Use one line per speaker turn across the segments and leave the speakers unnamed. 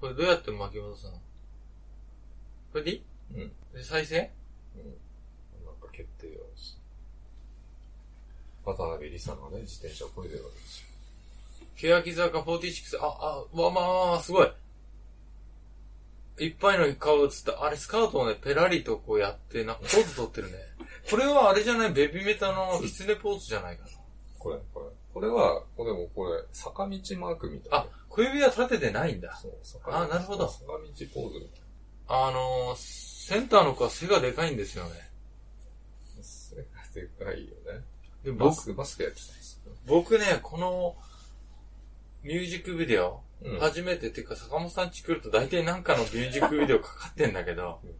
これどうやって巻き戻すのこれでいい
うん。
で再生
なんか決定をし。渡辺理沙がね、自転車をこいでるわけですよ。
欅坂46、あ、あ、わ、まあまあまあ、すごい。いっぱいの顔が映った。あれ、スカートをね、ペラリとこうやって、なんかポーズ取って るね。これはあれじゃない、ベビメタのキツネポーズじゃないかな。
これ、これ。これは、これもこれ、坂道マークみたいな。
あ、小指は立ててないんだ。
そう、坂
あなるほど
坂道ポーズみたい
あのー、センターの子は背がでかいんですよね。
な。それがでかいよね。
で
バ
僕、
スケ、バスケやってたんですよ。
僕ね、この、ミュージックビデオ、
うん
初めて、てか坂本さんち来ると大体なんかのミュージックビデオかかってんだけど
うん、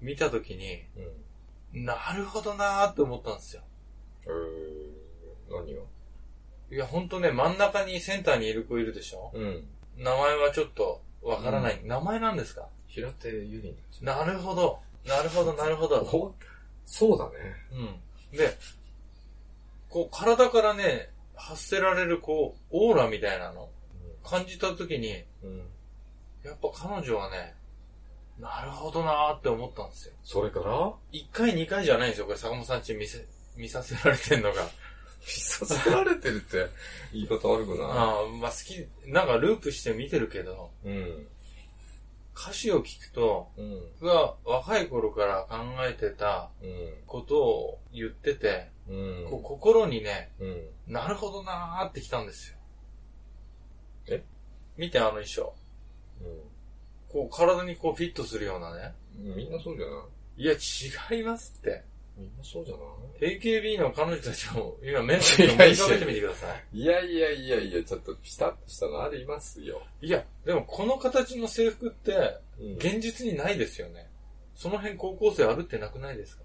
見たときに、
うん。う
なるほどなーって思ったんですよ。
ーん、何を
いや、ほんとね、真ん中にセンターにいる子いるでしょ
うん。
名前はちょっとわからない。名前なんですか
平手ゆりになっちゃ
なるほど。なるほど、なるほ
う。
ど。
ほそうだね。
うん。で、こう、体からね、発せられる、こう、オーラみたいなの、感じたときに、
うん。
やっぱ彼女はね、なるほどなーって思ったんですよ。
それから
一回二回じゃないんですよ、これ坂本さんち見せ、見させられてんのが。
見させられてるって言い方悪くな
ああ、まあ好き、なんかループして見てるけど、
いうん。
歌詞を聞くと、
うん。
僕が若い頃から考えてた
うん。
ことを言ってて、
うん。
こう心にね、
うん。
なるほどなーってきたんですよ。
え
見てあの衣装。こう体にこうフィットするようなね。
うん。みんなそうじゃない
いや、違いますって。
みんなそうじゃな
AKB の彼女たちも今メンタルを思い浮かべてみてくだ さい。
いいやいやいやいや、ちょっとピタッとしたのありますよ。
いや、でもこの形の制服って
うん
現実にないですよね。その辺高校生歩ってなくないですか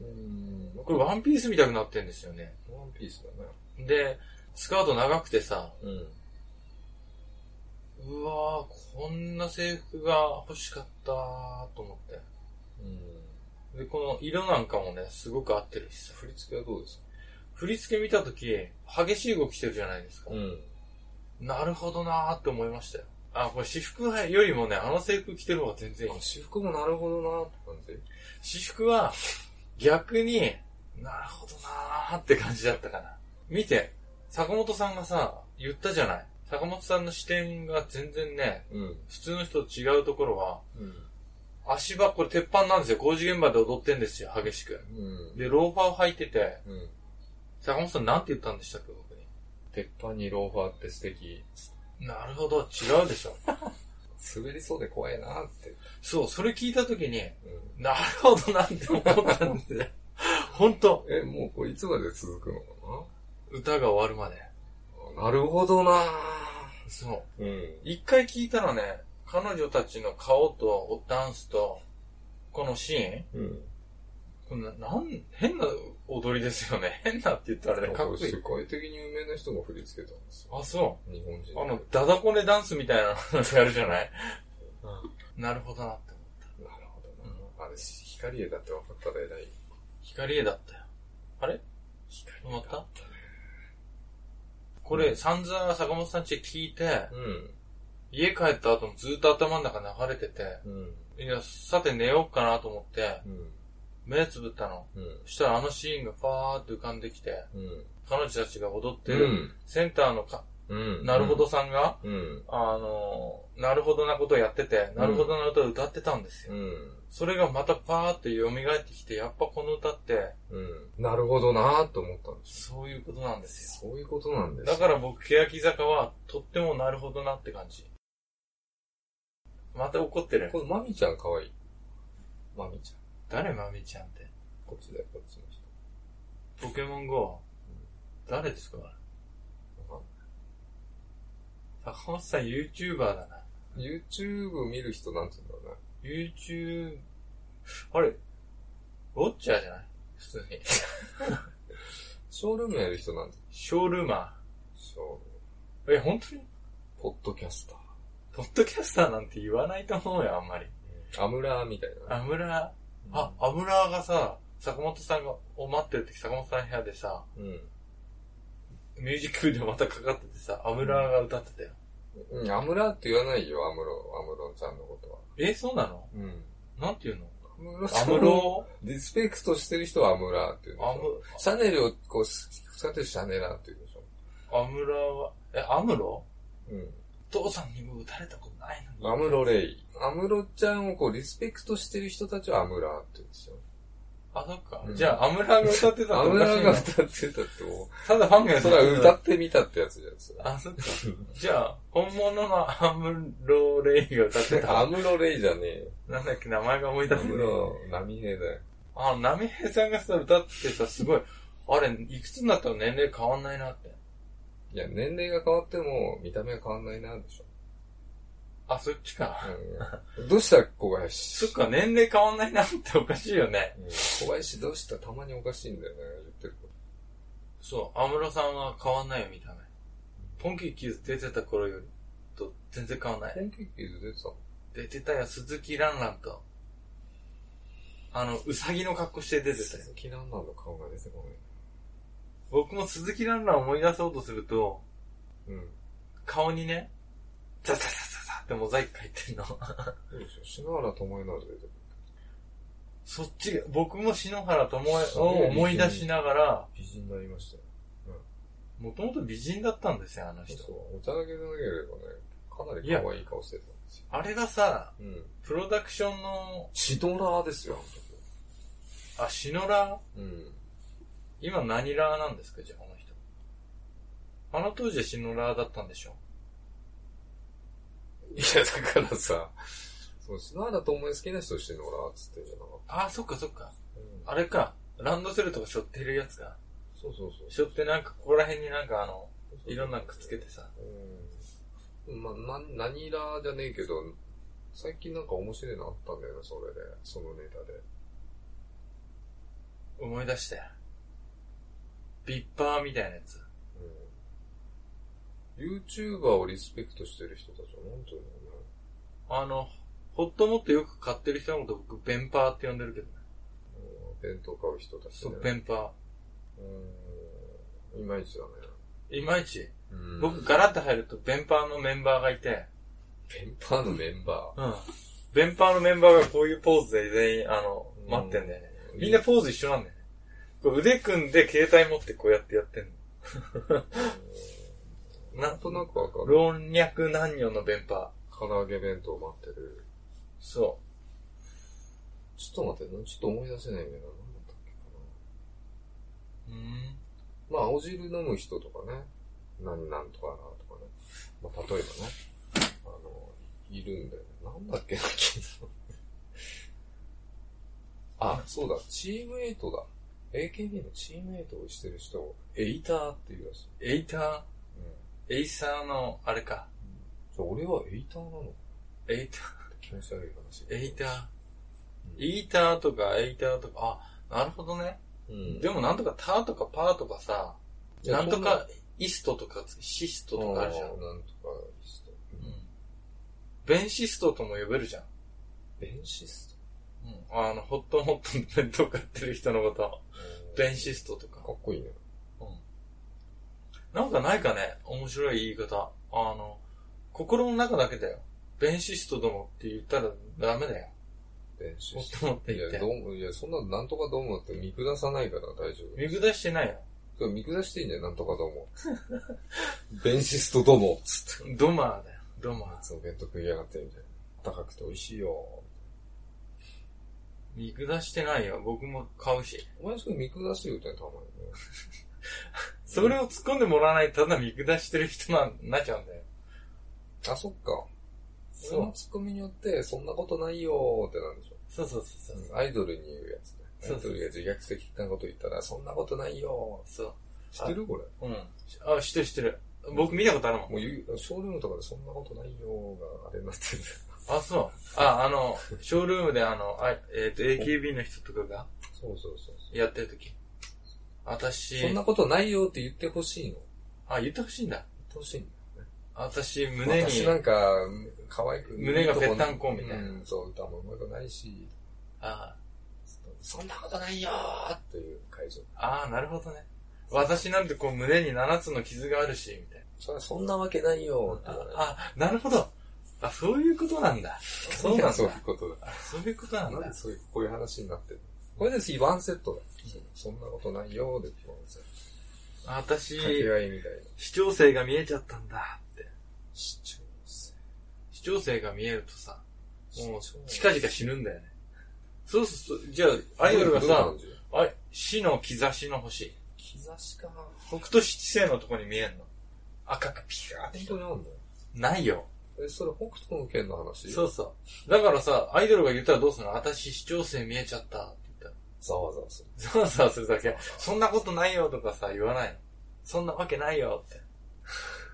うん。
これワンピースみたいになってんですよね。
ワンピースだね。
で、スカート長くてさ、
うん。
うわぁ、こんな制服が欲しかったーと思って。
うん。
で、この色なんかもね、すごく合ってるしさ。
振り付けはどうですか
振り付け見たとき、激しい動きしてるじゃないですか。
ん。
なるほどなーって思いましたよ。あ、これ私服よりもね、あの制服着てる方が全然いい
あ、。私服もなるほどなって感じ
私服は、逆に、なるほどなーって感じだったかな。見て、坂本さんがさ、言ったじゃない。坂本さんの視点が全然ね、
うん。
普通の人と違うところは、
うん。
足場、これ鉄板なんですよ。工事現場で踊ってんですよ、激しく。
うん。
で、ローファーを履いてて、
うん。
坂本さんなんて言ったんでしたっけ、僕
鉄板にローファーって素敵。
に。なるほど、違うでしょ。
滑りそうで怖いなって。
そう、それ聞いたときに、
うん。
なるほどなんて思ったんですよ。ほんと、
え、もうこれいつまで続くのか
歌が終わるまで。
ななるほどな
そう。
うん。
一回聞いたらね、彼女たちの顔とダンスと、このシーン
うん。
こんな、なん、変な踊りですよね。 変なって言ったらね、かっこいい
世。界的に有名な人が振り付けたんですよ。
あ、そ
日本人
う。あの、ダダコネダンスみたいなのやるじゃない なるほどなって。
なるほどな。あれ、光栄だって分かったら偉い。
光栄だったよ。あれ
光
思ったこれ、散々坂本さんち聞いて、
うん。
家帰った後もずっと頭の中流れてて、
うん。
いや、さて寝ようかなと思って、
うん。
目つぶったの。
うん。
そしたらあのシーンがファーって浮かんできて、
うん。
彼女たちが踊ってる、センターのか、
うん。
なるほど。さんが、
うん。
あの、なるほどなことをやってて、なるほどな歌を歌ってたんですよ。
うん。
それがまたパーって蘇ってきて、やっぱこの歌って、
うん。なるほどなと思ったんです
そういうことなんですよ。
よ。そういうことなんです。
だから僕、欅坂は、とってもなるほどなって感じ。また怒ってる。
これ、まみちゃん可愛い。まみちゃん。
誰まみちゃんって。
こっちだよ、こっちの人。
ポケモン GO。誰ですか
わか
坂本さん YouTuber だな。
んない YouTube 見る人なんて言うんだろ
YouTube、あれウォッチャーじゃない普通に。
うね。 ショールームやる人なんて
ショールーマ
ショールーム。
ー。え、本当に
ポッドキャスタ
ポッドキャスターなんて言わないと思うよ、あんまり。
ー。アムラーみたいな。
アムラー、あ、アムラーがさ、坂本さんが、を待ってる時、坂本さんの部屋でさ、
うん。
ミュージックビデオまたかかっててさ、アムラーが歌ってたよ。
ううん、アムラって言わないよ、アムロ、アムロちゃんのことは。
え、そうなの
うん。
なんていうの
アムロ
アムロ
リスペクトしてる人はアムラって言うんでし
ア
ょ。
ム、
シャネルをこう、使ってるシャネラって言うんでしょ。
アムラは、え、アムロ
うん。
父さんにも撃たれたことないのに。
アムロレイ。アムロちゃんをこう、リスペクトしてる人たちはアムラーって言うんですよ。
あ、そっか。
うん
じゃあ、アムラが歌ってた
ア
の
ム
おか
ラ
しい
ー
な
が歌ってたっても
ただファンが
う、
やっ
そ
て
れは
た
歌ってみたってやつじゃないですか。
あ、そっか。じゃあ、本物のアムロレイが歌って
ア
た。
ムロレイじゃねえよ。
なんだっけ、名前が思い出
ア
せ
ム
ない。
ロ、ナミヘだよ。
あの、ナミヘさんがさ、歌ってさ、すごい。あれ、いくつになったら年齢変わんないなって。
いや、年齢が変わっても、見た目は変わんないな、でしょ。
あ、そっちか。
うん。どうした小林。
そっか、年齢変わんないなっておかしいよね。
うん小林どうしたたまにおかしいんだよね、言ってるこ
そう、安室さんは変わんないよ、見た目。ポンキッキーズ出てた頃よりと全然変わんな
と。
い。
ペンケーキ出てたの
出てたよ、鈴木蘭蘭と。あの、うさぎの格好して出てたよ。
鈴木蘭蘭の顔が出てこ
僕も鈴木蘭蘭を思い出そうとすると、
ない。うん。
顔にね、ザザザザザってモザイク入ってんの。
どうでしょう篠原智恵なら出てる。
そっち、僕も篠原智恵を思い出しながら、
美人になりましたよ。
もともと美人だったんですよ、あの人。
そう。おちゃらけじゃなければね、かなり可愛い顔してたんですよ。
あれがさ、
うん。
プロダクションの、
シドラーですよ、あの
あ、シノラー
時。うん。
今何ラーなんですかじゃあ、この人。あの当時はシノラーだったんでしょ
いや、だからさ、そう、篠原智恵好きな人をシドラーっつってんじゃなかっ
ああ、そっかそっか。
た。う
あ
ん。
れか。ランドセルとか背負ってるやつか。
そうそうそう。
背負ってなんか、ここら辺になんかあの、いろんなのくっつけてさ。
うん。まあ、な、何らじゃねえけど、最近なんか面白いのあったんだよな、それで。そのネタで。
思い出したよ。ビッパーみたいなやつ。
うん。YouTuber をリスペクトしてる人たちは、なんていうのかな。
あの、ホットモットよく買ってる人のこと僕、ベンパーって呼んでるけどね。
うん弁当買う人たち
そ
ね。
う、ベンパ
うん。いまいちだね。
ー。いまいち、
うん
僕、ガラッと入ると、ベンパーのメンバーがいて、
ペンパーのメンバ
うん。ベンパーのメンバーがこういうポーズで全員、あの、
うん
待ってんだよね。
ー。
みんな、ポーズ一緒なんだよね。こう腕組んで携帯持ってこうやってやってんの。
な
なん
となくわかる。
老若男女の弁パ
唐揚げ弁当待ってる。
そ
ちょっと待ってな、ちょっと思い出せないんだけど、なんだったっけかな。
う。うん。
まあ、青汁飲む人とかね。何、なんとかな、とかね。まあ、例えばね。あの、いるんだよね。なんだっけな、昨日あ、そうだ。チームエイトだ。AKB のチームエイトをしてる人を、エイターって言うらしい。
エイター、
うん。
エイサーの、あれか。
じゃあ、俺はエイターなのって
エイタ
気持ち悪い話。
ー、エイター。
うん
イーターとかエイターとか、あ、なるほどね。
うん。
でもなんとかターとかパーとかさ、
いや
なんとかイストとかシストとかあるじゃん。
う
うん
なんとかスト。
ベンシストとも呼べるじゃん。
ベンシス
うん、あの、ホットホットの弁当買ってる人のこと。
ト。
ベンシストとか
か。っこいいね。
なんかないかね面白い言い方。あの、心の中だけだよ。ベンシストどもって言ったらダメだよ。
ベンシ
も
ス
っ
ト。
ともって
い
言っ
や、
て
ど。うも、いや、そんな、なんとかどうもって見下さないから大丈夫。
見下してないよ。
でも見下していいんだよ、なんとかどうも。 ベンシストどうも、つって。
ドマーだよ。ド
あい
マ
つの弁当食いやがって、みたいな。高くて美味しいよ。
ー。見下してないよ。僕も買うし。
お前それ見下して言うてんたまにね。
それを突っ込んでもらわないとただ見下してる人な、なっちゃうんだよ。
あ、そっか。そ
そう
のツッコミによって、そんなことないよーってなんでしょ。
そうそうそうそう。
アイドルに言うやつね。ア
そう
イドルが自虐的なこと言ったら、そんなことないよ
そ
ー。知ってるこれ。
う。うん。あ、知ってる知ってる。僕見たことあるもん。
もう言う、ショールームとかでそんなことないよーが、あれになってる。
あ、そう。あ、あの、ショールームであの、あえっ、と、AKB の人とかが
そうそうそうそ
やってる時。
う。
私
そん、なことないよーって言ってほしいの。言
あ、言ってほしいんだ。
ってほしいの。
私、胸に
私、なんか、可愛く。
胸がぺったんこみたいな
うん、そう、歌もうまくないし、
あ
そんなことないよーっていう会場。
あー、なるほどね。私なんてこう胸に7つの傷があるし、みたいな。
それはそんなわけないよって言われる。
あ、なるほど。あ、そういうことなんだ。そうなんだ。
そう
そ
いうことだ。
ういうことなん
なん
だ
で。そういう、こういう話になってるのこれで次ワンセットだよ。そんなことないよで、ワンセット。
あ私、
掛け合いみたいな。
視聴性が見えちゃったんだって。
視聴性。
視聴性が見えるとさ、も
視聴
う、
性
近々死ぬんだよね。そうそうそう。じゃあ、アイドルが
どういう
さ
感、じ
あれ死の兆しの星。
兆しか。
北斗七星のとこに見えんの。赤くピカーって
本。当にあんの
ないよ。
え、それ北斗の剣の話
そうそう。だからさ、アイドルが言ったらどうするの私視聴性見えちゃったって言っ
ざわざわする。
たら。ざわざわするだけ。そんなことないよとかさ、言わないの。そんなわけないよっ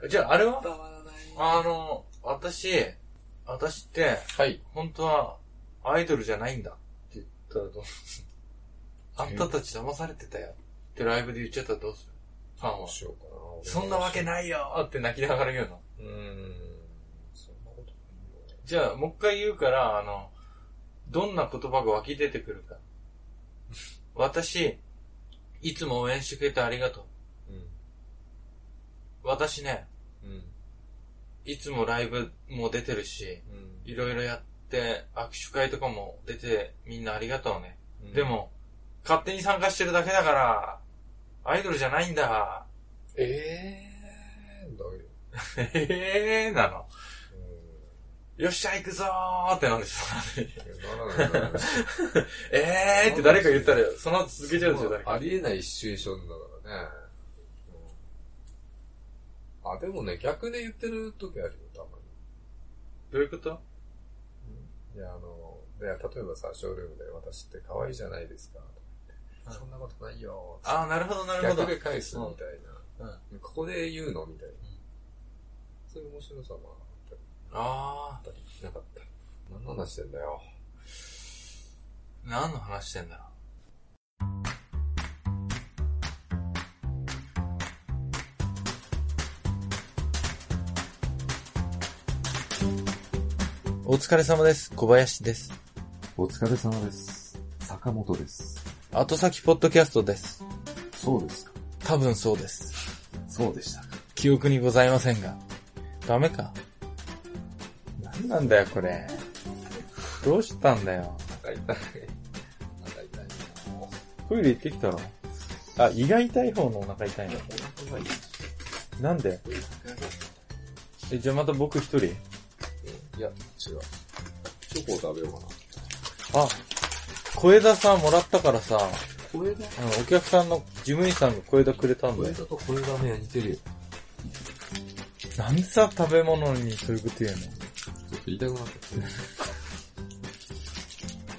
て。じゃあ、あれは
伝わらない。
あの、私、私って、
はい。
本当は、アイドルじゃないんだって言ったらどうするあんたたち騙されてたよってライブで言っちゃったらどうするファン
どう
は。
しようかな。俺
そんなわけないよって泣きながら言うの。
うーん。そんなことないよ。
じゃあ、もう一回言うから、あの、どんな言葉が湧き出てくるか。私、いつも応援してくれてありがとう。私ね、
うん。うん。
いつもライブも出てるし、
う
いろいろやって、握手会とかも出て、みんなありがとうね。
ん。
で、も、勝手に参加してるだけだから、アイドルじゃないんだ。
ええー、だよ。
ええー、なの。
う
よっしゃ、行くぞーってなんでしょう
ん。いやならないな らない。
ええーって誰か言ったら、その後続けちゃうんですよ、誰
あ
か。
りえないシチュエーションだからね。うん、あ、でもね、逆で言ってる時あるよ、たま
どういうこと
に。いや、あの、で例えばさ、ショールームで私って可愛いじゃないですか、とか言って
うん
そんなことないよ、
ああ、なるほど、なるほ
逆
ど。
で返すみたいな。ここで言うのみたいな。そういう面白さもあっ
あ
たり、なかったり。何の話してんだよ。
あ、何の話してんだろう。お疲れ様です。小林です。
お疲れ様です。坂本です。
後先ポッドキャストです。
そうですか。
多分そうです。
そうでした。
記憶にございませんが。ダメか。何なんだよ、これ。どうしたんだよ。
痛い痛い。痛い痛い。もう
トイレ行ってきたのあ、胃が痛い方のお腹痛いの。
お腹が痛い
なんでえ、じゃあまた僕一人
いや、違う。チョコを食べようかな。
あ、小枝さんもらったからさ、
小枝
あの、お客さんの、事務員さんが小枝くれたん
小
だよ
枝。と小枝ね、似てるよ。
なんでさ、食べ物にそういうこと言うの
ちょっと言いたくなってきて。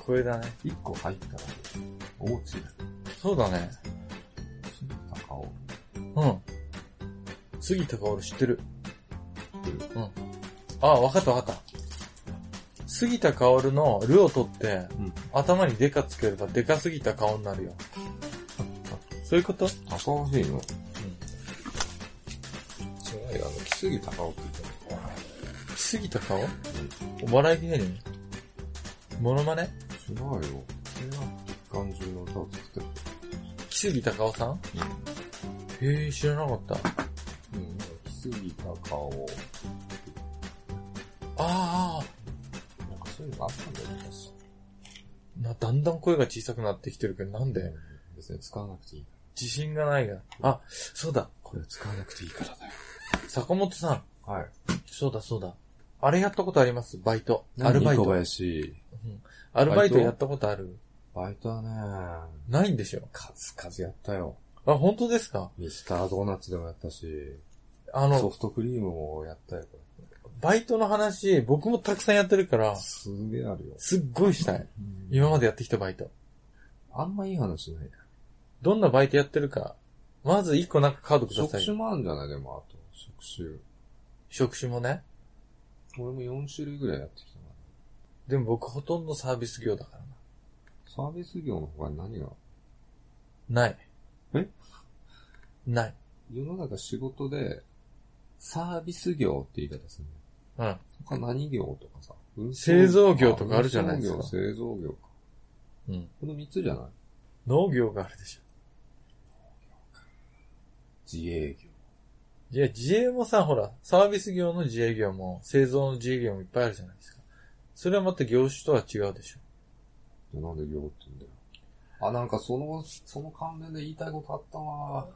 小枝ね。
一個入ったら、おうちだ。
そうだね。
高尾。
うん。杉とか俺知ってる。あ、わかったわかった。杉田薫のルを取って、
うん
頭にデカつければデカすぎた顔になるよ。そういうこと
高尾しいの違うよ、あの、木杉高尾って言ったの。
杉田薫お笑い芸人モノマネ
違うよ。それは、感じの歌を作って
木杉たかおさん
る。
へえ、知らなかった。あ
うん。うん、木杉高尾。
あ
なんかそういうのがあったんだよ、昔。
ー、な、だんだん声が小さくなってきてるけど、なんで
別に使わなくていい。
自信がないが。あ、そうだ。
これ使わなくていいからだよ。
坂本さん。
はい。
そうだ、そうだ。あれやったことありますバイト。アルバイ
小
ト。
林。
アルバイトやったことある
バイトはね、
ないんでしょ
数々やったよ。
あ、本当ですか
ミスタードーナツでもやったし、
あ
ソ
の、
フトクリームもやったよ。
バイトの話、僕もたくさんやってるから、
すげえあるよ。
すっごいしたい。今までやってきたバイト。
あんまいい話ない。
どんなバイトやってるか、まず一個なんかカードくだ
職
さ
種
い。
もあるんじゃないでも、あと、職
職種もね。
種。俺も4種類ぐらいやってきたな。
でも僕ほとんどサービス業だから
サービス業の他に何が
な。ない。
え
ない。
世の中仕事で、サービス業って言い方するね。
うん。
他何業とかさ。運送
製造業とかあるじゃないですか
運送業、製造業か。
うん。
この3つじゃない
農業があるでしょ。
自営業。
いや、自営もさ、ほら、サービス業の自営業も、製造の自営業もいっぱいあるじゃないですか。それはまた業種とは違うでしょ。
なんで両って言うんだよ。あ、なんかその、その関連で言いたいことあったわ。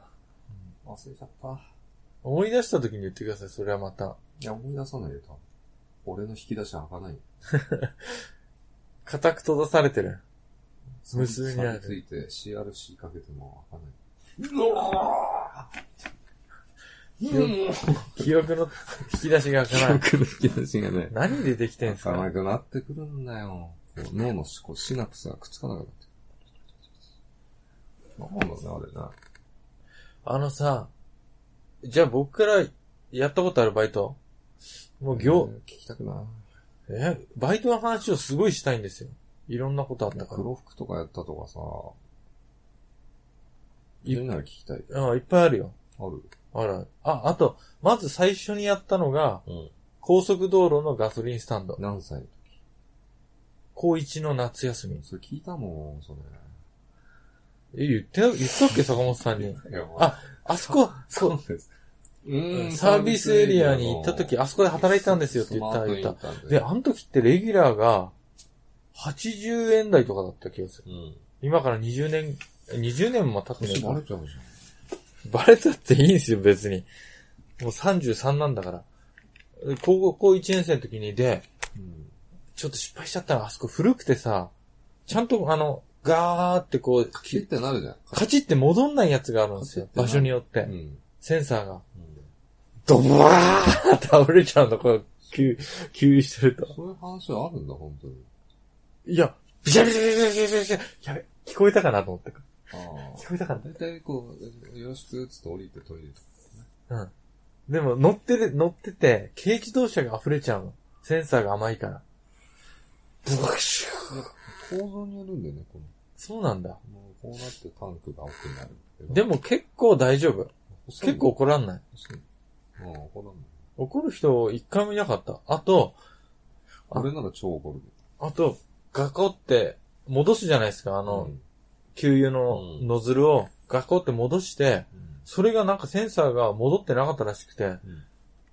忘れちゃった。
思い出した時に言ってください、それはまた。
いや、思い出さないよ、多分。俺の引き出し開かないよ。
固く閉ざされてる。無数にある
錆びついて CRC かけても開かない。
記憶記憶の引き出しが開か ない。
の引き出しがね、
何でできてん
開
すか
かなくなってくるんだよ。こう脳のこうシナプスがくっつかなくなってくる。なんだろうね、あれね。
あのさ、じゃあ僕からやったことあるバイトもう業、
えー聞きたくない。
え、バイトの話をすごいしたいんですよ。いろんなことあったから。
黒服とかやったとかさ、いるなら聞きたい。
あいっぱいあるよ。
ある
あら。あ、あと、まず最初にやったのが、
うん
高速道路のガソリンスタンド。
何歳
高一の夏休み。
それ聞いたもん、それ。
え、言って、言ったっけ坂本さんに。あ、あそこ、そう、
うーん
サービスエリアに行った時、あそこで働いたんですよって言った、言った。で、あの時ってレギュラーが、80円台とかだった気がする。
うん。
今から20年、20年も経ってない
バ
から
レ。ちゃうじ
バレたっていいんですよ、別に。もう33なんだから。高校1年生の時にで、
ゃん。うん。
ちょっと失敗しちゃったの、あそこ古くてさ、ちゃんとあの、ガーってこう、
キュッてなるじゃん。
カチって戻んないやつがあるんですよ。場所によって。
うん。
センサーが。
うん
ドバーって倒れちゃうの、こう、急、急にしてると。
そういう話あるんだ、本当に。
いや、ビシャビシャビシャビシャビシャビシャやべ、聞こえたかなと思って。
あ
聞こえたかな
あ。大体こう、よろしく、つって降りてトイレとか。
うん。でも乗ってる、乗ってて、軽自動車が溢れちゃうの。センサーが甘いから。ブワクシュー
構造によるんだよね、この。
そうなんだ。
もうこうなってタンクが青くなる。
でも結構大丈夫。
細い
結構。怒らんない。
細いうん、怒らんない。
怒る人一回もいなかった。あと、
俺なら超怒る。
あと、ガコって戻すじゃないですか。あの、
うん
給油の
うん
ノズルをガコって戻して、
うん
それがなんかセンサーが戻ってなかったらしくて、
うん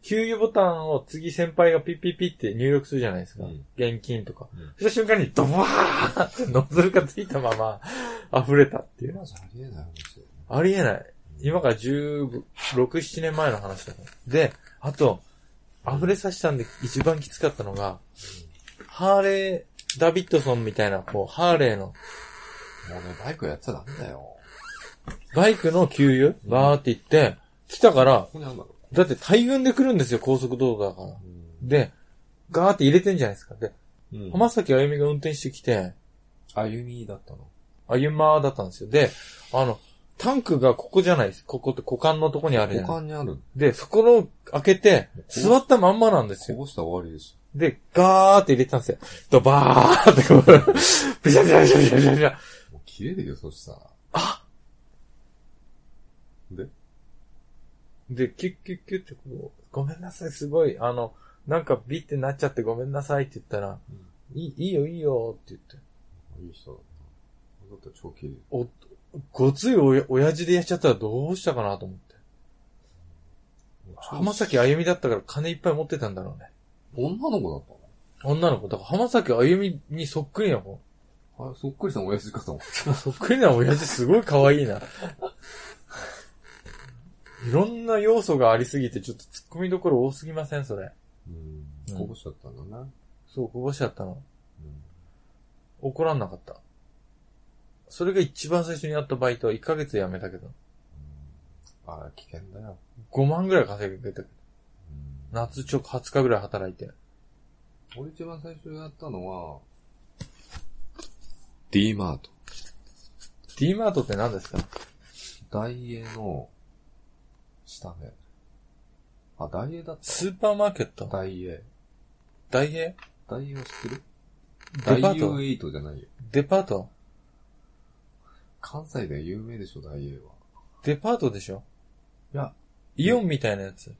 給油ボタンを次先輩がピッピッピッって入力するじゃないですか。
うん
現金とか。
うん
そした瞬間にドバーってノズルがついたまま 溢れたっていう。
今じゃありえない話だよね。
ありえない。今から16、7年前の話だから。で、あと、溢れさせたんで一番きつかったのが、ハーレー、ダビッドソンみたいな、こう、ハーレーの
もうね、バイクやっちゃダメだよ。こ
バイクの給油、バーって行って、来たから、
こにあるんだろ
だって大群で来るんですよ、高速道路だから。
う。
で、ガーって入れてんじゃないですか。で、
うん
浜崎あゆみが運転してきて、
歩みだったの。
あゆまーだったんですよ。で、あの、タンクがここじゃないです。ここって股間のとこにあるじゃ
股
ない
間にある。
で、そこの開けて、座ったまんまなんです
こ
よ。
ぼしたら終わりです
で、ガーって入れたんですよ。ドバーってこう、 ブシャブシャブシャブシャブシャブシャ。
よ。もう切れるよ、そしたら。
あ
で
で、キュッキュッキュッってこう、ごめんなさい、すごい、あの、なんかビってなっちゃってごめんなさいって言ったら、いいいいよいいよって言って。
いい人だな。だったら超綺麗。
お、ごついおや親父でやっちゃったらどうしたかなと思って。浜崎あゆみだったから金いっぱい持ってたんだろうね。
女の子だっ
女の子。だから浜崎あゆみにそっくりな子。
たのあれ、そっくりしたの親父かと思った。
そっくりな親父すごい可愛いな。い ろんな要素がありすぎてちょっと突っ込みどころ多すぎません、それ。
うん。こぼしちゃったんだな。
そう、こぼしちゃったの。
うん。
怒らんなかった。それが一番最初にやったバイトは1ヶ月で辞めたけど、
あれ、危険だよ。
5万ぐらい稼げてた。
うん
夏ちょ、20日ぐらい働いて。
俺一番最初やったのは、D マート。
D マートって何ですか
ダイエーの、下目。あ、ダイエーだっ
スーパーマーケッ
た。
ト
ダイエー。
ダイエ
ダイエーは知ってる
ー
ダ
デ
イ
パ
エ
ート
ーエイトじゃないよ。
デパート
関西で有名でしょ、ダイエーは。
デパートでしょ
いや。
イオンみたいなやつ。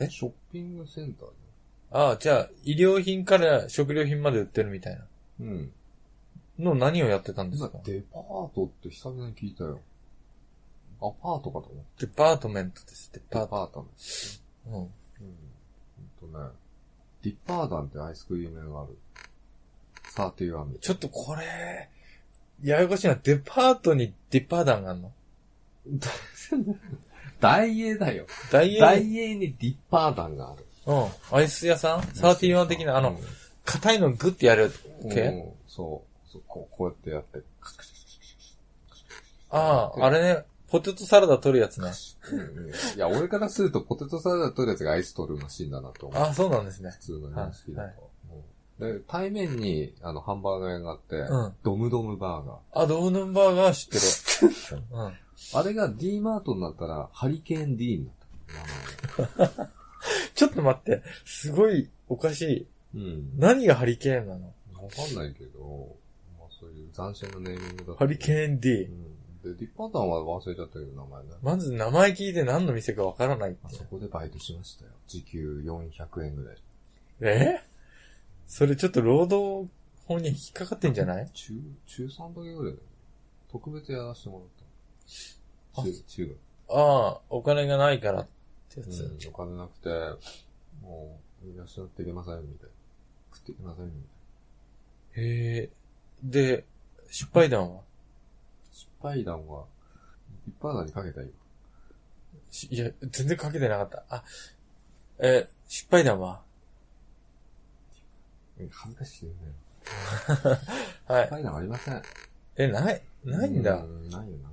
え
ショッピングセンター
ああ、じゃあ、医療品から食料品まで売ってるみたいな。
で。うん。
の何をやってたんです
今
か、
デパートって久々に聞いたよ。アパートかと思っ
デパートメントです、デ
た。
パ
ア
ート。
パートメント。
うん。
うん。ほんとね。ディッパーダンってアイスクリーム屋がある。サーティワンで。
ちょっとこれ、ややこしいな。デパートにデパーダンがあんの
大英だよ。
ダイエ
大英にディッパーダンがある。
うん。アイス屋さんサーティワン的な、あの、硬いのグッてやる
うん、
系、
うんそう。そうこうこうやってやって。
ああ、あれね、ポテトサラダ取るやつね。
うんうんいや、俺からするとポテトサラダ取るやつがアイス取るマシンだなと思う。
ああ、そうなんですね
普。通の認識だと。うんで、対面に、あの、ハンバーガー屋があって、
うん
ドムドムバーガ
あ、ドーナンバーガー知ってる。 うん。
ー。あれが D マートになったら、ハリケーン D になった。
ちょっと待って、すごいおかしい。
うん。
何がハリケーンなの
わかんないけど、まあそういう斬新なネーミングだ
ハリケー
ン。
ン D
う。ん。で、ディッパータンは忘れちゃったけど、名前ね。
まず名前聞いて何の店かわからないって
あ。そこでバイトしましたよ。時給400円ぐらい。
えそれちょっと労働法に引っかかってんじゃない
中、中3だけぐらいだよ特別やらせても
あ
らった。中、中学。
ああ、お金がないからってやつ。
うん、お金なくて、もう、いらっしゃっていけません、みたいな。食っていけません、みたいな。
へえ。で、失敗談は
失敗談は、一般談にかけた今。
しいや、全然かけてなかった。あ、えー、失敗談は
え恥ずかしいよね。
は
失
い。
敗談ありません。
え、ない、ないんだ
う。ないよな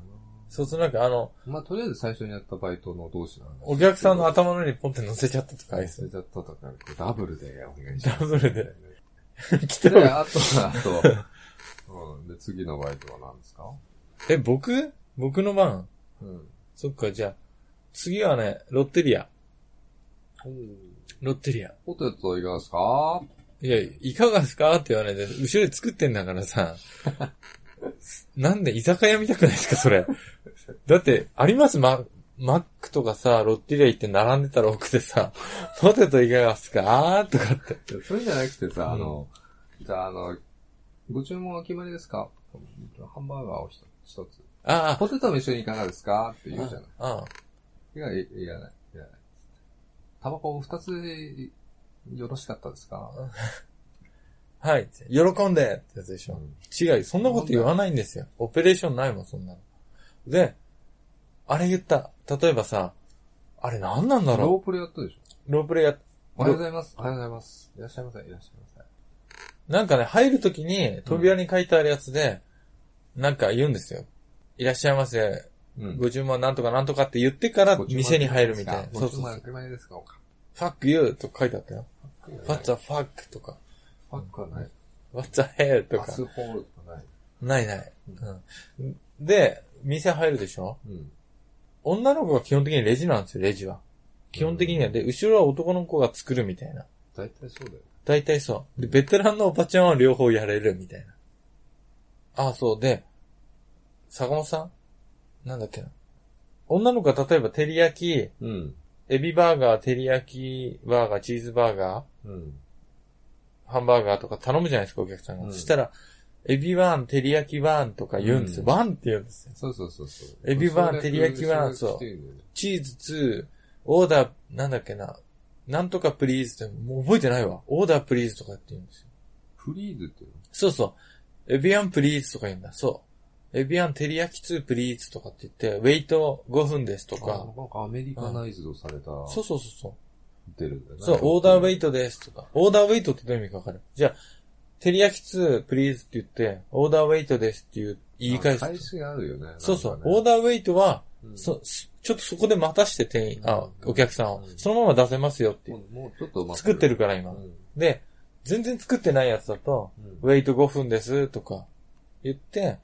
そうそうなんかあの、
まあ、とりあえず最初にやったバイトの同士の話。
お客さんの頭の上にポンって乗せちゃったとかあり
忘
そう
れちゃったとか、ダブルでお願いし
ダ
ます。
ブルで。 来て
で、
る。
あとは、あと、うん。で、次のバイトは何ですか
え、僕僕の番
うん。
そっか、じゃあ、次はね、ロッテリア。ロッテリア。
ポテトいかがですか
いや、いかがですかって言われて、後ろで作ってんだから さ。なんで居酒屋見たくないですか、それ。だって、ありますママックとかさ、ロッテリア行って並んでたら奥でさ、ポテトいかがですかとかって。
いやそういうんじゃなくてさ、
うん
あの、じゃあ、あの、ご注文お決まりですかハンバーガーを一つ一つ。
ああ、
ポテトも一緒にいかがですかって言うじゃない。
ああ、
いや、いいらない。いらない。タバコを二つよろしかったですか
はい。喜んでってやつでしょ。違う、そんなこと言わないんですよ。オペレーションないもん、そんなの。で、あれ言った。例えばさ、あれ何なんだ
ロ
ろ
ープレやったでしょ
うロープレイやっ
おはようございます。おはようございます。いらっしゃいませ。いらっしゃいま
なんかね、入るときに扉に書いてあるやつで、なんか言うんですよ。いらっしゃいませ。
せ。うん。
ご注文なんとかなんとかって言ってから店に入るみたいな。そ
そうう
そ
そ
そ
ううそう。
う。
決まりですかおか
fuck you とか書いてあったよ。
フ
what's a fuck とか、
ァックはない。
what's a hell と
パ
か。
スホールとかない。
ないない。うん。で、店入るでしょ
うん。
女の子が基本的にレジなんですよ、レジは。基本的には。で、後ろは男の子が作るみたいな。
大体そうだよ。
大体そう。で、ベテランのおばちゃんは両方やれるみたいな。ああ、そう。で、坂本さんなんだっけな。女の子が例えば、照り焼き、
うん。
エビバーガー、照り焼きバーガー、チーズバーガ
うん。
ー、ハンバーガーとか頼むじゃないですか、お客さんが。
うん
そしたら、エビワン、照り焼きワンとか言うんですよ。
うん
ワンって言うんですよ。
そうそうそうそう。
エビバー
それ
照り焼きは
それ来てんだよね
チーズツーオーダー、なんだっけな。なんとかプリーズって、もう覚えてないわ。オーダープリーズとかって言うんですよ。
フリーズっていう
そうそう。エビアンプリーズとか言うんだ。そう。エビアンテリヤキ2プリーズとかって言って、ウェイト5分ですと
のか、
か。
なんかアメリカナイズドされた、
そうそうそうそう。
出るんだよね。
そう、オーダーウェイ
ト。
トですとか。オーダーウェイトってどういう意味かわかるじゃあ、テリヤキ2プリーズって言って、オーダーウェイトですっていう言い返
返
す。
しがあるよね。
そうそう。
なんかね
オーダーウェイトは、
うん
そ、すちょっとそこで待たして店員、あ、お客さんを
う。ん
そのまま出せますよっていう
も。うもうちょっと待
作ってる
か
から
ら
今
う。ん。
で、全然作ってないやつだと、
うん
ウェイト5分ですとか言って、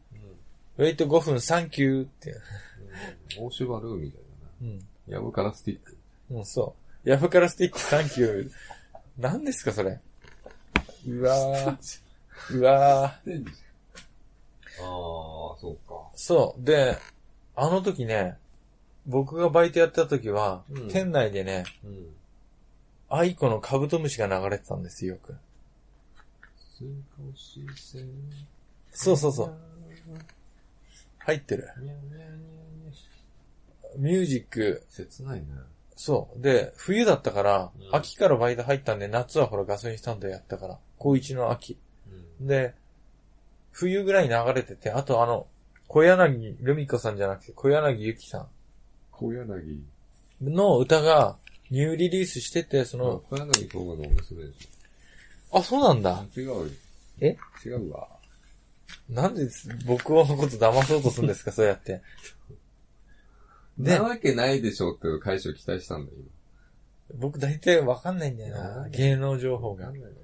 ウェイト5分、サンキューって。
うん大芝ルーみたいなね。
うん。
やぶからスティック。
もうそう。ヤフカラスティック、サンキュー。何ですか、それ。うわぁ。うわぁ。
ああ、そうか。
そう。で、あの時ね、僕がバイトやってた時は、
うん
店内でね、
うん。
アイコのカブトムシが流れてたんですよ、よく。
スイカを申請。
そうそうそう。入ってる。
にゃにゃにゃにゃ
ミュージック、
切ないね。
そう。で、冬だったから、
うん
秋からバイト入ったんで、夏はほらガソリンスタンドやったから、高一の秋。
うん。
で、冬ぐらいに流れてて、あとあの、小柳ルミ子さんじゃなくて、小柳ゆきさ
小柳。
んの歌が、ニューリリースしてて、そ
あ
の、
小柳東郷の娘でし
あ、そうなん
ょ
だ。。
違うよ。
え
違うわ。
なんで僕のこと騙そうとするんです か、そうやって。で
なわけないでしょうっていう解消期待したんだよ、
僕大体わかんないんだよな、芸能情報
今。
が
わ。んないの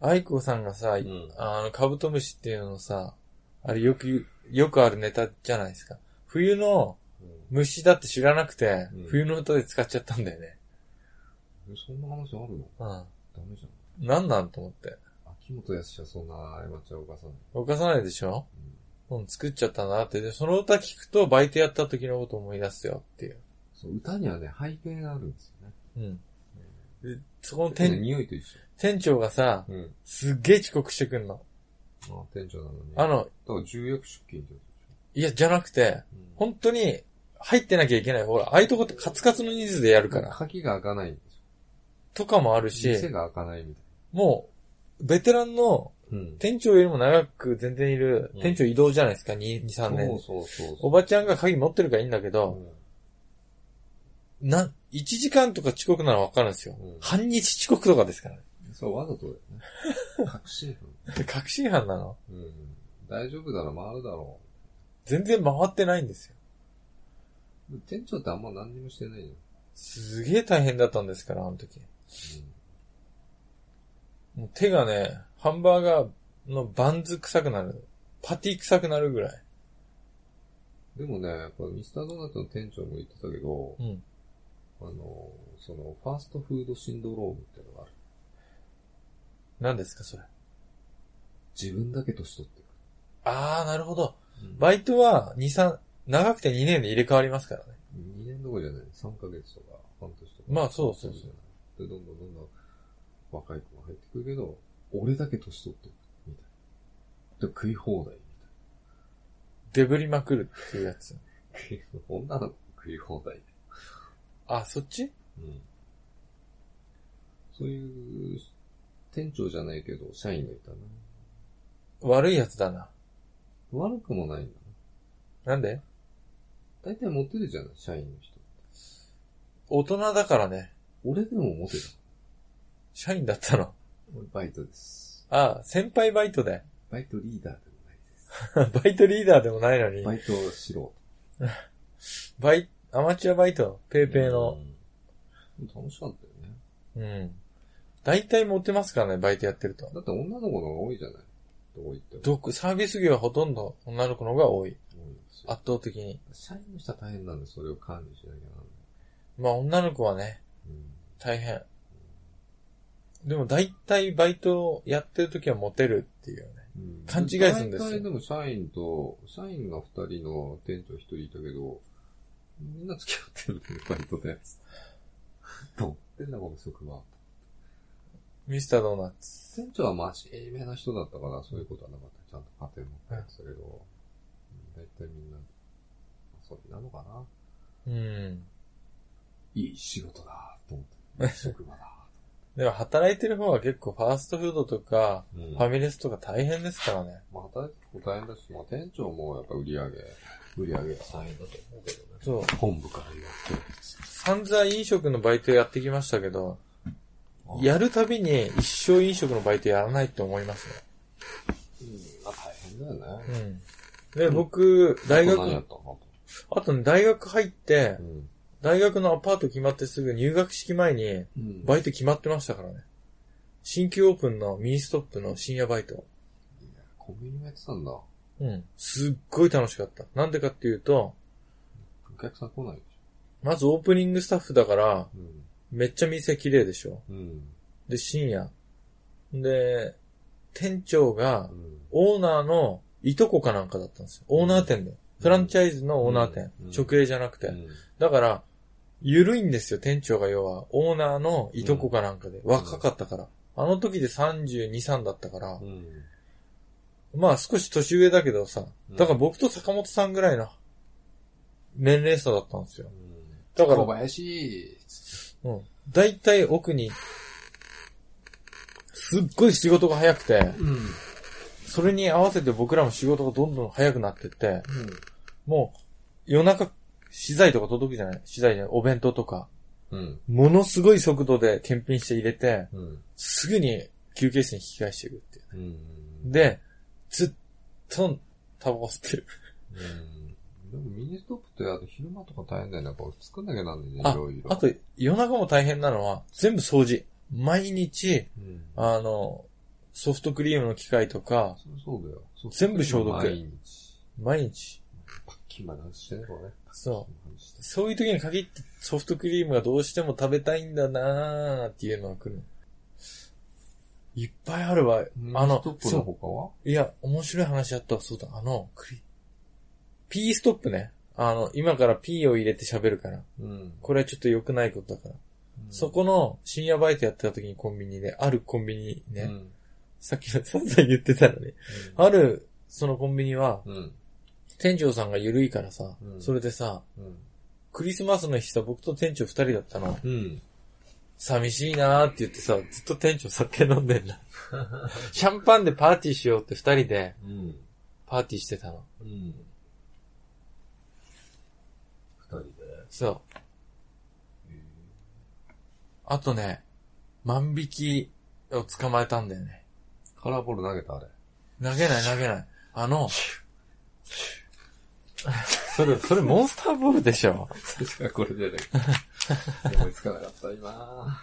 愛子さんがさ、
ん
あの、カブトムシっていうのさ、あれよく言う、よくあるネタじゃないですか。冬の
うん
虫だって知らなくて、
うん
冬の歌で使っちゃったんだよね。
えそんな話あ
う
るの
ん。
ダメじゃん。
なんなんと思って。
秋元康はそんな過ちは犯さない。
犯さないでしょ
うん
うん、作っちゃったなって。で、その歌聞くと、バイトやった時のこと思い出すよっていう。
そう、歌にはね、背景があるんですよね。
うん。でそこの
手の
店、
匂いと一緒。
店長がさ、
うん。
すっげえ遅刻してくんの。
あ、店長なのに。
あ、の、
だから重役出勤ってこ
いや、じゃなくて、
とでしょ。
本当に、入ってなきゃいけない。ほら、ああいうとこってカツカツの人数でやる
だか、
からら。
鍵が開かないんですよ。
とかもあるし、
店が開かないみたい
もう、ベテランの
な。うん。
店長よりも長く全然いる
うん、
店長移動じゃないですか、2、2 3年。
そうそうそうそう。
おばちゃんが鍵持ってるからいいんだけ
う
ど、
ん
な、1時間とか遅刻ならわかるんですよ
うん。
半日遅刻とかですからね。
そう、わざとだよ ね。隠し
確信犯なの
犯。うん。大丈夫だろ、回るだろ
全然回ってないんですよ。
う。店長ってあんま何にもしてないよ。
すげえ大変だったんですから、あの時。もう手がね、ハンバーガーのバンズ臭くなる。パティ臭くなるぐらい。
うん。でもね、やっぱミスタードーナツの店長も言ってたけど、
うん。
あの、その、ファーストフードシンドロームってのがある。
何ですか、それ。
自分だけ年取ってく
あー、なるほど。
る。
バイトは、2、3、長くて2年で入れ替わりますからね。
2年どころじゃない、3ヶ月とか、半年とか。。
まあそうそうそう
で、どんどんどんどん、若い子が入ってくるけど、俺だけ年取ってる、みたいな。で、食い放題、み
デブりまくるっていうやつ。
たいな。女の子食い放題。
あ、そっち
うん。そういう、店長じゃないけど、社員がいたな。
悪いやつだな。
悪くもないんだな。
なんで
大体モテるじゃない、社員の人。
大人だからね。
俺でもモテた。
社員だったの。
俺バイトです。
あ、先輩バイトで。
バイトリーダーでもないです。
バイトリーダーでもないのに。
バイトしろ。
バイ、アマチュアバイト、ペーペーの。
うん。でも楽しかったよね。
うん。大体モテますからね、バイトやってると。
だって女の子の方が多いじゃないどこ行っても。
どこ、サービス業はほとんど女の子の方が多い。
多いんですよ
圧倒的に。
社員の人は大変なんで、それを管理しなきゃなんない。
まあ女の子はね、
うん。
大変。でも大体バイトやってる時はモテるっていうね。
うん
勘違いするんですよ
大体でも社員と、社員が二人の店長一人いたけど、みんな付き合ってるね、バイトのやつ。どうってんだ、この職場。
ミスタードーナツ。
店長は真面目な人だったから、そういうことはなかった。ちゃんと家庭持ってやってたけど、大体みんな、遊びなのかな
うん。
いい仕事だ、と思って。いい職場 だ。
でも働いてる方は結構ファーストフードとか、
うん
ファミレスとか大変ですからね。
まあ、働くこと大変だし、まあ、店長もやっぱ売り上げ、売り上げは大変だと思うけどね。
そう。
本部から言われて
散々飲食のバイトやってきましたけど、やるたびに一生飲食のバイトやらないって思いますね。
うん、まあ大変だよね。
うん。で、僕、大
あと何や
学
っ、たの
あとね、大学入って
う、ん。
大学のアパート決まってすぐ入学式前に、
うん
バイト決まってましたからね。新旧オープンのミニストップの深夜バイト。
コンビニもやってたんだ。お
うん。すっごい楽しかった。なんでかっていうと、
客さん来ないでし
まずオープニングスタッフだから、
ょ。うん。
めっちゃ店綺麗でしょ。
うん。
で、深夜。で、店長が
う、ん。
オーナーのいとこかなんかだったんですよ。オーナー店で。フランチャイズのオーナー店。
うん
直営じゃなくて。
うん
だから、ゆるいんですよ、店長が要は。オーナーのいとこかなんかで。若かったから。あの時で32、3だったから
う。ん。
まあ少し年上だけどさ
う。ん
だから僕と坂本さんぐらいの年齢差だったんですよ。だ
だ
か
からら。小、林、
うん。大体奥に、すっごい仕事が早くて、
うん。うん。
それに合わせて僕らも仕事がどんどん早くなってって、もう、夜中、資材とか届くじゃない資材じゃないお弁当とか。
うん。
ものすごい速度で検品して入れて、
うん。
すぐに休憩室に引き返していくっていう。
うん。
で、ずっとタバコ吸ってる。
うんでもミニストップって、あと昼間とか大変だよね。こう作んなきゃなんねい
あ
ろいろ。
あと、夜中も大変なのは、全部掃除。毎日、
うん、
あの、ソフトクリームの機械とか、
そうそうだよ。そう
全部消毒
毎日。
毎日。
パッキンまで外してね、これね。
そ
この話して
う。そういう時に限ってソフトクリームがどうしても食べたいんだなーっていうのが来る。いっぱいあるわ。あ
ミニス
の
トッ、プ
そ
の
う。
他はい
や、面白い話あったわ。そうだ、あの、クリ、P ストップね。あの、今から P を入れて喋るから。
うん。
これはちょっと良くないことだから。そこの深夜バイトやってた時にコンビニで、あるコンビニね、
うん。
さっきの さんざん言ってたのね。ある、そのコンビニは、
うん。
店長さんが緩いからさ、
うん
それでさ、
うん。
クリスマスの日さ、僕と店長二人だったの。
うん。
寂しいなーって言ってさ、ずっと店長酒飲んでんだ。 シャンパンでパーティーしようって二人で
うん。
パーティーしてたの。
うん。二人で。
そう。
えー
あとね、万引きを捕まえたんだよね。
カラーボール投げたあれ。
投げない投げない。あの、それ、それモンスターボールでしょ。
確かこれじゃない。思いつかなかった、今。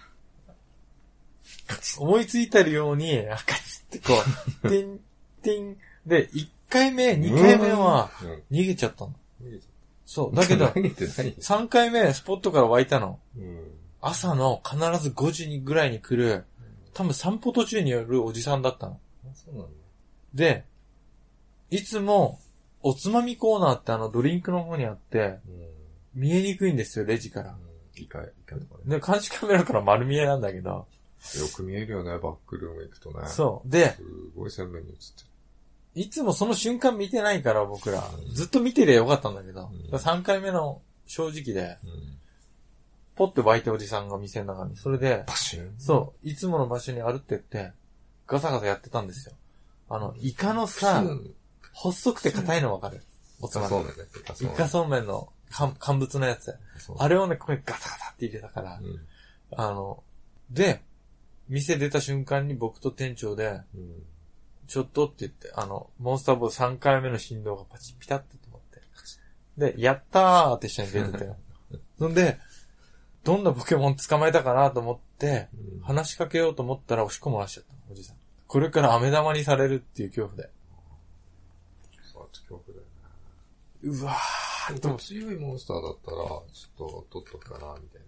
思いついたように、あかつってこ う、てんてん。で、1回目、2回目は、
うん。
逃げちゃったの。
逃げちゃっ
そう。
た
だけど
投、げてないよ。
3回目、スポットから湧いたの。
うん。
朝の必ず5時にぐらいに来る、多分散歩途中によるおじさんだったの。
あそうなんだ。
で、いつも、おつまみコーナーってあのドリンクの方にあって、
うん。
見えにくいんですよ、レジから。
一回、一回とか
で、
ね。
監視カメラから丸見えなんだけど。
よく見えるよね、バックルーム行くとね。う。
そう。で、
すごい鮮明に映ってる。
いつもその瞬間見てないから、僕ら
う。ん
ずっと見てりゃよかったんだけど
うん。
3回目の正直で、
うん。
ポッて湧いたおじさんが店の中に。それで、
パシュン
そう、いつもの場所に歩ってって、ガサガサやってたんですよ。あの、イカの
パ
さ
シ、ュン
細くて硬いのわかるおつ
あ
ま
そう
み。
だね。
イカそうめんの乾乾物のやつ。
そう
あれをね、ここにガサガサって入れたから
う、ん。
あの、で、店出た瞬間に僕と店長で、
うん。
ちょっとって言って、あの、モンスターボール3回目の振動がパチピタって止まって。で、やったーって一緒に出てたよ。そんで、どんなポケモン捕まえたかなと思って、
うん
話しかけようと思ったら押し込まらしちゃった、おじさん。これから飴玉にされるっていう恐怖で。
そう、ちょっと恐怖だよね。
うわー
でも強いモンスターだったら、ちょっと取っとくかな、みたい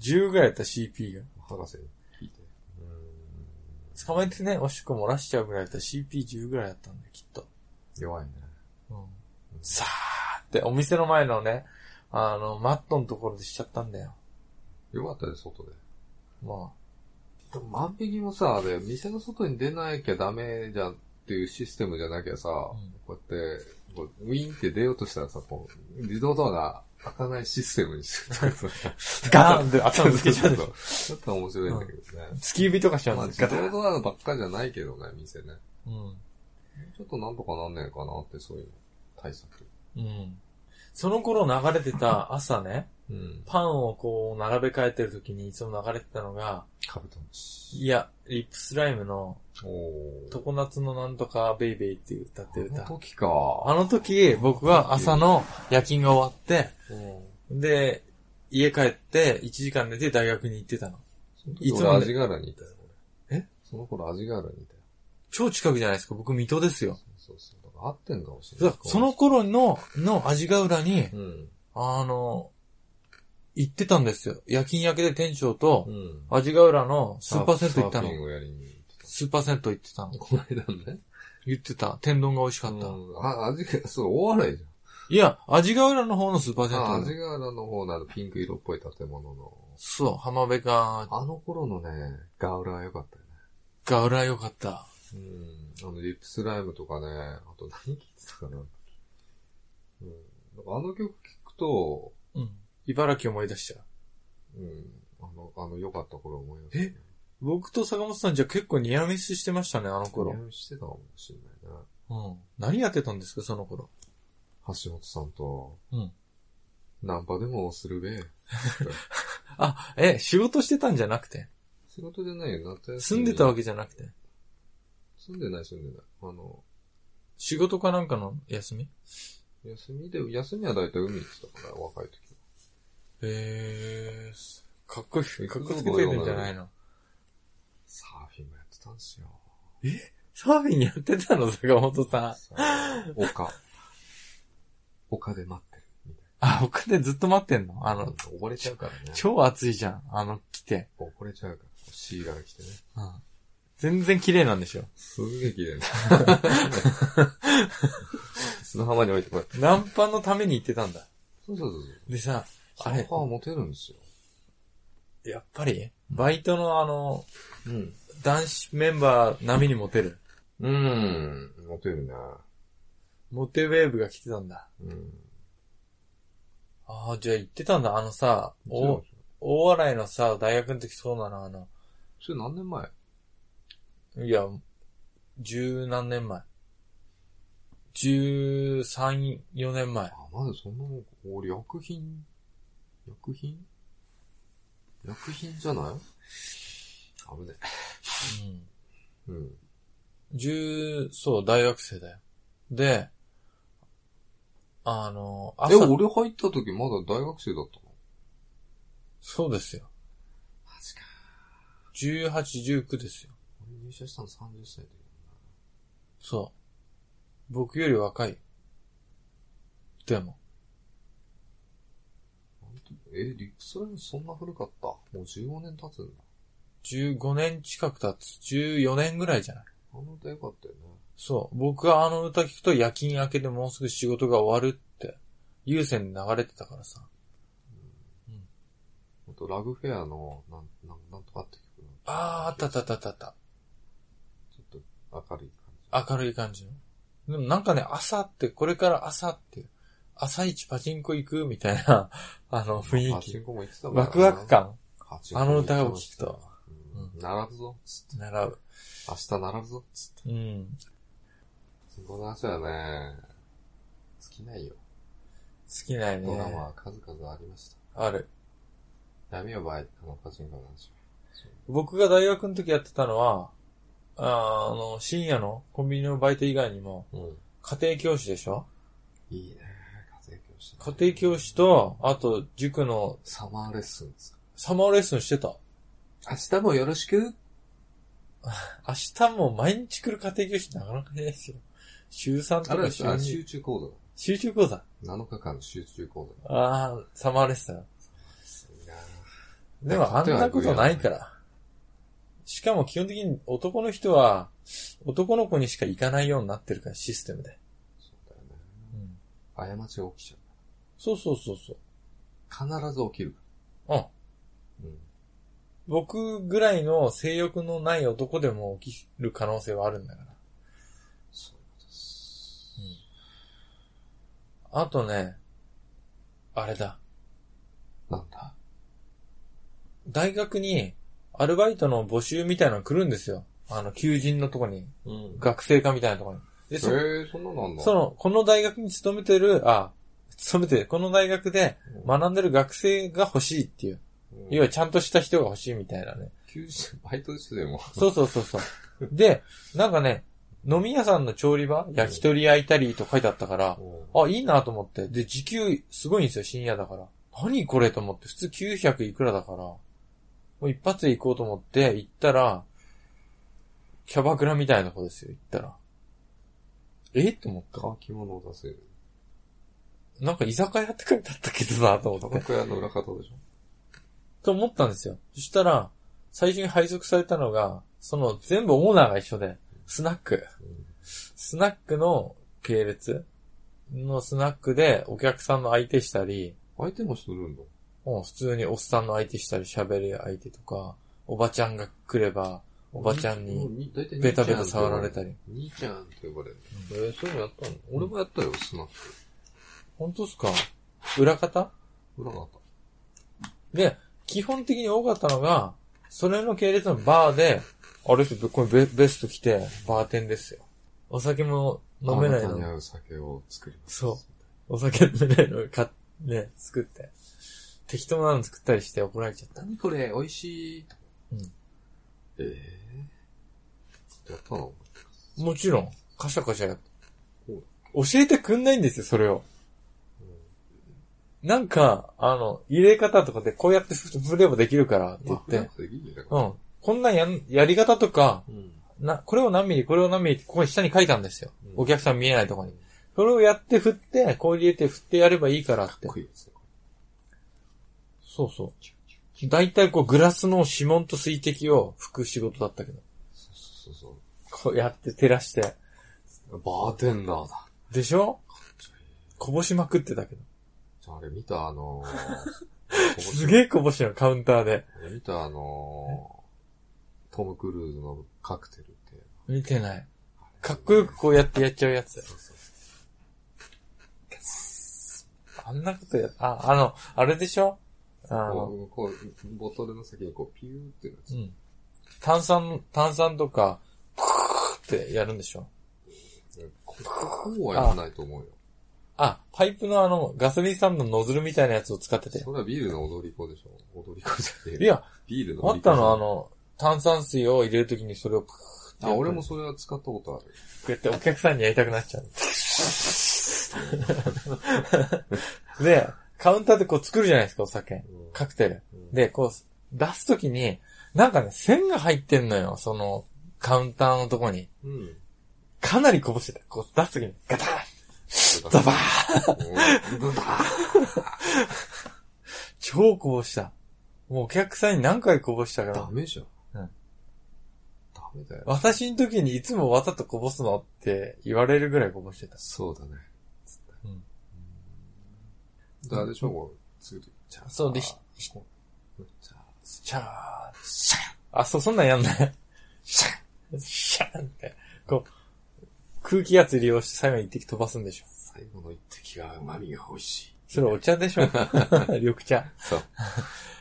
10ぐらいやった CP が。
な。博士に聞いて。うーん。
捕まえてね、おしく漏らしちゃうぐらいだったら CP10 ぐらいだったんだよ、きっと。
弱いね。
うん。さーって、お店の前のね、あの、マットのところでしちゃったんだよ。
よかったで、外で。
ま
でも万引きもさ、あれ、店の外に出なきゃダメじゃんっていうシステムじゃなきゃさ、
ん
こうやって、こうウィーンって出ようとしたらさ、こう、自動ドアが開かないシステムにしてたからさ
あ、ガーンって頭ぶつけちゃうでし
そ
ょ。
うそうそうちょっと面白いんだけどね。
突き指とかしちゃう
まあ、
んです
自
か
動ドアばっかじゃないけどね、店ね。
うん。
ちょっとなんとかなんねえかなって、そういう対策。
うん。その頃流れてた朝ね、
うん。
パンをこう並べ替えてる時にいつも流れてたのが、
カブトムシ。
いや、リップスライムの、
おお。
常夏のなんとかベイベイっていう歌ってる
あの
歌。
時か。
あの時、僕は朝の夜勤が終わって、
うん。
で、家帰って1時間寝て大学に行ってたの。
い
い
つ
つ
も
も
味柄にいたよ、俺。
え
その頃味柄にいたよ。
超近くじゃないですか、僕水戸ですよ。
そうそう。だから合ってんかもしれ
だ
な
か
い。
らその、頃の、の味ヶ浦に
う、ん。
あの、行ってたんですよ。夜勤明けで店長と
う、ん。
味ヶ浦のスーパーセント行った
サ
の
ーフィ。ンをやりに行って
スーパーセント行ってたの
た。。この間ね。
言ってた。天丼が美味しかった。
うんあ、味が、そう、大笑いじ
いや、味ヶ浦の方のスーパー
ゃん。
セン
あ、
ト
味
だ。
柄の方のあのピンク色っぽい建物の。
そう、浜辺が、
あの頃のね、ガウラは良かったよね。
が浦良かった。
うん。あの、リップスライムとかね、あと何聴いてたかな。うん。なんかあの曲聴くと、
うん。茨城思い出しちゃう。
うん、あの、あの、良かった頃思い出
え僕と坂本さんじゃ結構ニアミスしてましたね、あの
こ
頃。
してたかもしれないな。
うん。何やってたんですか、その頃。
橋本さんと、
うん
ナンパでもするべ。
あ、え、仕事してたんじゃなくて。
仕事じゃないよ、夏休み。
住んでたわけじゃなくて。
住んでない、住んでない。あの、
仕事かなんかの休み
休みで、休みは大体海行ってたから、若い時は。
へえー、かっこいい。
か
か
っ
っ
こ
こ
つ
つ
け
け
て
て
る
るん
んじ
じ
ゃ
ゃ
な
ないいの。
サーフィンもやってたんですよ。
サーフィンやってたの、坂本さん。
さあ丘。丘で待ってる。みたい
あ、他でずっと待ってんのあ
な。
の、
溺れちゃうからね。
超暑いじゃん。あの、来て。
溺れちゃうから。シーラー来てね。
うん。全然綺麗なんでしょ。
すげえ綺麗な。 砂浜に置いてこい。
ナンパのために行ってたんだ。
そうそうそう
でさ、
そ
あ
う。
れ
砂浜はモテるんですよ。
やっぱり、バイトのあの、
うん。
男子メンバー並みにモテる。
うん。モテるな。
モテウェーブが来てたんだ。
うん。
ああ、じゃあ行ってたんだ。あのさ、お、大洗のさ、大学の時そうなの、あの、
それ何年前
いや、十何年前。十三、四年前。
あ、まだそんなもん、俺、薬品薬品薬品じゃない危ね
うん。
え。うん。
十、そう、大学生だよ。で、あの、
え、
朝、
俺入った時まだ大学生だったの
そうですよ。
マジか。
十八、十九ですよ。
俺入社したの30歳だよ
そう。僕より若い。でも、
なんてえ、リップスライムそんな古かった。もう15年経つんだ。
15年近く経つ。14年ぐらいじゃない
あの歌よかったよね。
そう。僕はあの歌聞くと夜勤明けでもうすぐ仕事が終わるって、優先で流れてたからさ。
あと、ラグフェアの、なん、なん、なんとかって曲の
あー、あったあったあったあった
ちょっと明るい感じ。
あった。明るい感じの。でもなんかね、朝って、これから朝っていう、朝一パチンコ行くみたいな、 あの雰囲
パチ
気
ン。コも言ってたからな
ワクワク。感
パチンコも言ってました
あの歌を聴
うん
う
並ぶぞ、つって。
習う。
明日並ぶぞ、つって。
うん。
この話はね、尽きないよ。
好きないね。
ドラマは数々ありまし
ある。
た。やめよう、バイあの、パチンコの話は。
僕が大学の時やってたのは、あーあの、深夜のコンビニのバイト以外にも、
うん。
家庭教師でしょ
いいね。家庭教師、
家庭教師。と、あと、塾の
サマーレッスンですか。
サマーレッスンしてた。
明日もよろしく。
明日も毎日来る家庭教師なかなかいないですよ。週3
あ
と
れ
か
は
週
あ集
2。
中講
集中講座。
座。7日間の集中講座。
ああ、サマーレッスン。
いいな
でもあんなことないから。しかも基本的に男の人は、男の子にしか行かないようになってるから、システムで。
そうだよね。過ちが起きち
そうそうそうそう。
ゃう。必ず起きる。
うん。
うん。
僕ぐらいの性欲のない男でも起きる可能性はあるんだから。
そういうことです。
あとね、あれだ。
なんだ
大学にアルバイトの募集みたいなの来るんですよ。あの、求人のとこに。
うん。
学生課みたいなとこに。で、
え
そ
ー、そんななんだ
その、この大学に勤めてる、あ、勤めてる、この大学で
うん
学んでる学生が欲しいっていう。
うん
要はちゃんとした人が欲しいみたいなね。
休止、バイトしてでも。
そうそうそうそう。で、なんかね、飲み屋さんの調理場焼き鳥焼いたりと書いてあったから、あ、いいなと思って。で、時給すごいんですよ、深夜だから。何これと思って、普通900いくらだから、もう一発で行こうと思って、行ったら、キャバクラみたいな子ですよ、行ったら。えと思った。
乾き物を出せる。
なんか居酒屋って書いてあったけどな、と
タ
思
バ
って。
コ屋の裏方でしょ
と思ったんですよ。そしたら、最初に配属されたのが、その全部オーナーが一緒で、スナック。スナックの系列のスナックでお客さんの相手したり、
相手もしとるんだ。
もう普通におっさんの相手したり喋る相手とか、おばちゃんが来れば、おばちゃんに
に、大体
ベタベタ触られたり。
兄ちゃんって呼ばれる。えーそういうのやったの俺もやったよ、スナック。
本当っすか裏方
裏があった。
で、基本的に多かったのが、それの系列のバーで、あれってこれベベスト着て、バーテンですよ。お酒も飲めない
あなたに
の。
合う酒を作ります。
そう。お酒飲めないのを買っね、作って。適当なの作ったりして怒られちゃった。
何これ、美味しい。
うん
ええやったの
もちろん、カシャカシャやっ
ほ
教えてくんないんですよ、それを。なんか、あの、入れ方とかでこうやって振ればできるからって言っ
まあ
て
な、くていいんだか
う
ら
ん。こんなんやん、やり方とか、
うん。
な、これを何ミリ、これを何ミリって、ここに下に書いたんですよ。
うん
お客さん見えないところに。それをやって振って、氷入れて振ってやればいいからって
かっ。こいいですね。
そうそう。だいたいこうグラスの指紋と水滴を拭く仕事だったけど。
そうそうそう
こうやって照らして。
そう。バーテンダーだ。
でしょこぼしまくってたけど。
じゃああれ見たあの ー
すげえこぼしのカウンターで。
あれ見たあのートム・クルーズのカクテルって。
見てない。かっこよくこうやってやっちゃうやつ。
そうそうそ
あんなことや、あ、あの、あれでしょあの、
うこうこう、ボトルの先にこう、ピューってなっ
う
ちゃ
ん。炭酸、炭酸とか、プクーってやるんでしょ
う。ここはやらないと思うよ。
あ、パイプのあの、ガソリンスタンドのノズルみたいなやつを使ってて
そ。れはビールの踊り子でしょ踊り子じゃね
い
えよ。
や、
ビールの
あ
踊
っ
り子
たの、あの、炭酸水を入れるときにそれをプーって。
あ、俺も。それは使ったことある。
こうやってお客さんにやりたくなっちゃう。 で、カウンターでこう作るじゃないですか、お酒。カクテル。
うん、
で、こう、出すときに、なんかね、線が入ってんのよ、その、カウンターのとこに。
うん。
かなりこぼしてた。こう出すときに、ガタンザ
ザ
バー
ー
超こぼした。もうお客さんに何回こぼしたか
ダ
ら。
メじゃん。
うん
ダメだよ。
私の時にいつもわざとこぼすのって言われるぐらいこぼしてた。
そうだね。つって
うん
だからあれでしょ、もう、すぐ、じゃあ
そうでひひ
じゃあ
シャーン、シャンあ、そう、そんなんやんない。シャン、シャンって。こう、空気圧利用して最後に一滴飛ばすんでしょ。
最後の一滴が旨味が美味しい。
それお茶で しょ緑茶。
そう。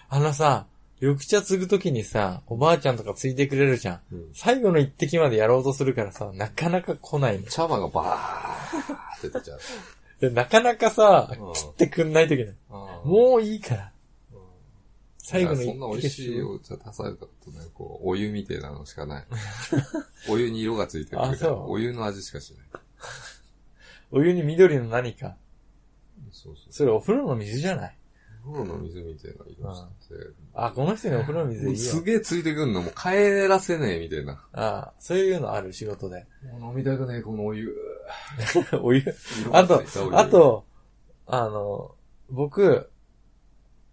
あのさ、緑茶継ぐときにさ、おばあちゃんとか継いでくれるじゃん。
うん
最後の一滴までやろうとするからさ、なかなか来ないの。
茶葉がバーっ て出ちゃう。
で、なかなかさ
うん、
切ってくんないときない。
も
もういいから。最後の
そんな美
一滴
味しいお茶出されたことね、こう、お湯みたいなのしか ない。お湯に色がついてる
あそう
お湯の味しかしない。
お湯に緑の何か。
そうそう。
それお風呂の水じゃない
お風呂の水みたいな色してて。
あ、この人にお風呂の水
も
いうい
す
よ。
げえついてくんの、もう帰らせねえみたいな。
あそういうのある仕事 で。
飲みたくねえ、このお湯。
お湯。あと、あ、と、あの、僕、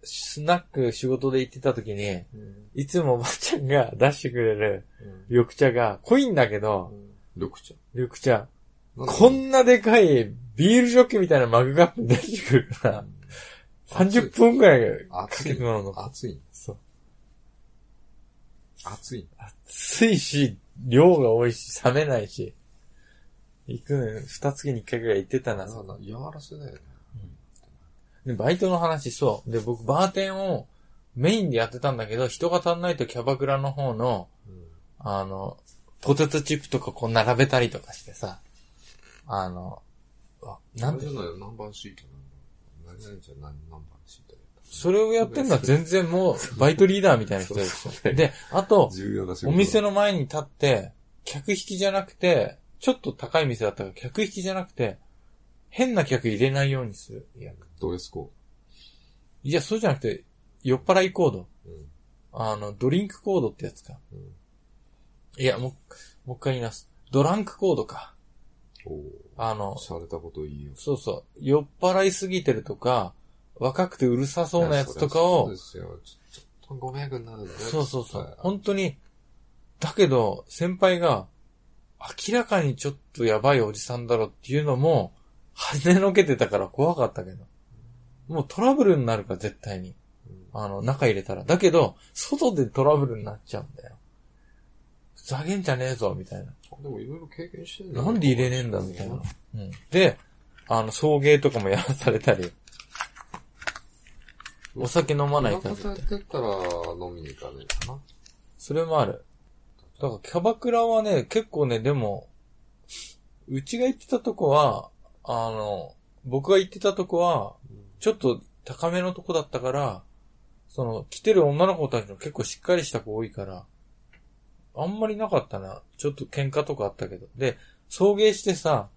スナック仕事で行ってた時に、
うん
いつもおばあちゃんが出してくれる緑茶が濃いんだけど、
緑茶。
緑茶。
なんだろう
こんなでかいビールジョッキみたいなマグカップに出してくるから、30分くらいかけてもらうの。
熱い。
そう。
熱い。
熱いし、量が多いし、冷めないし。行くのよ、二月に一回ぐらい行ってたな。
なんだ、柔らせだよね。
で、バイトの話、そう。で、僕、バーテンをメインでやってたんだけど、人が足んないとキャバクラの方の、あの、ポテトチップとかこう並べたりとかしてさ、あの、あ、な
なんん
で
じゃないよ、何番シートなんだ何々じゃ何、何番シート
それをやってんのは全然もう、バイトリーダーみたいな人で
そう
す
そう
で、あと、
重要な仕
お店
の。
の前に立って、客引きじゃなくて、ちょっと高い店だったから、客引きじゃなくて、変な客入れないようにする。いや、
ドレスコ
いやそうじゃなくて、酔っ払いコード。
ード。うん
あの、ドリンクコードってやつか。
うん
いや、もう、もう一回言います。ドランクコードか。
お
あの
ー、、しゃれたこと言いよ。
そうそう、酔っ払いすぎてるとか、若くてうるさそうなやつとか
そう
を
で、すよ。ちょちょっとご迷惑になるんだよ
そうそうそう、
はい
本当に、だけど、先輩が、明らかにちょっとやばいおじさんだろっていうのも、跳ねのけてたから怖かったけど。もうトラブルになるから、絶対に。
うん
あの、中入れたら。だけど、外でトラブルになっちゃうんだよ。ふざけんじゃねえぞ、みたいな。
でもいろいろ経験してんだよ
なんで入れねえんだみたいな。うん。で、あの、送迎とかもやらされたり。お酒飲まない
お
感
腹
じだ
空
った。
いてったら飲みに行かねえかな。
それもある。だからキャバクラはね、結構ね、でも、うちが行ってたとこは、あの、僕が行ってたとこは、ちょっと高めのとこだったから、その、来てる女の子たちの結構しっかりした子多いから、あんまりなかったな。ちょっと喧嘩とかあったけど。で、送迎してさ、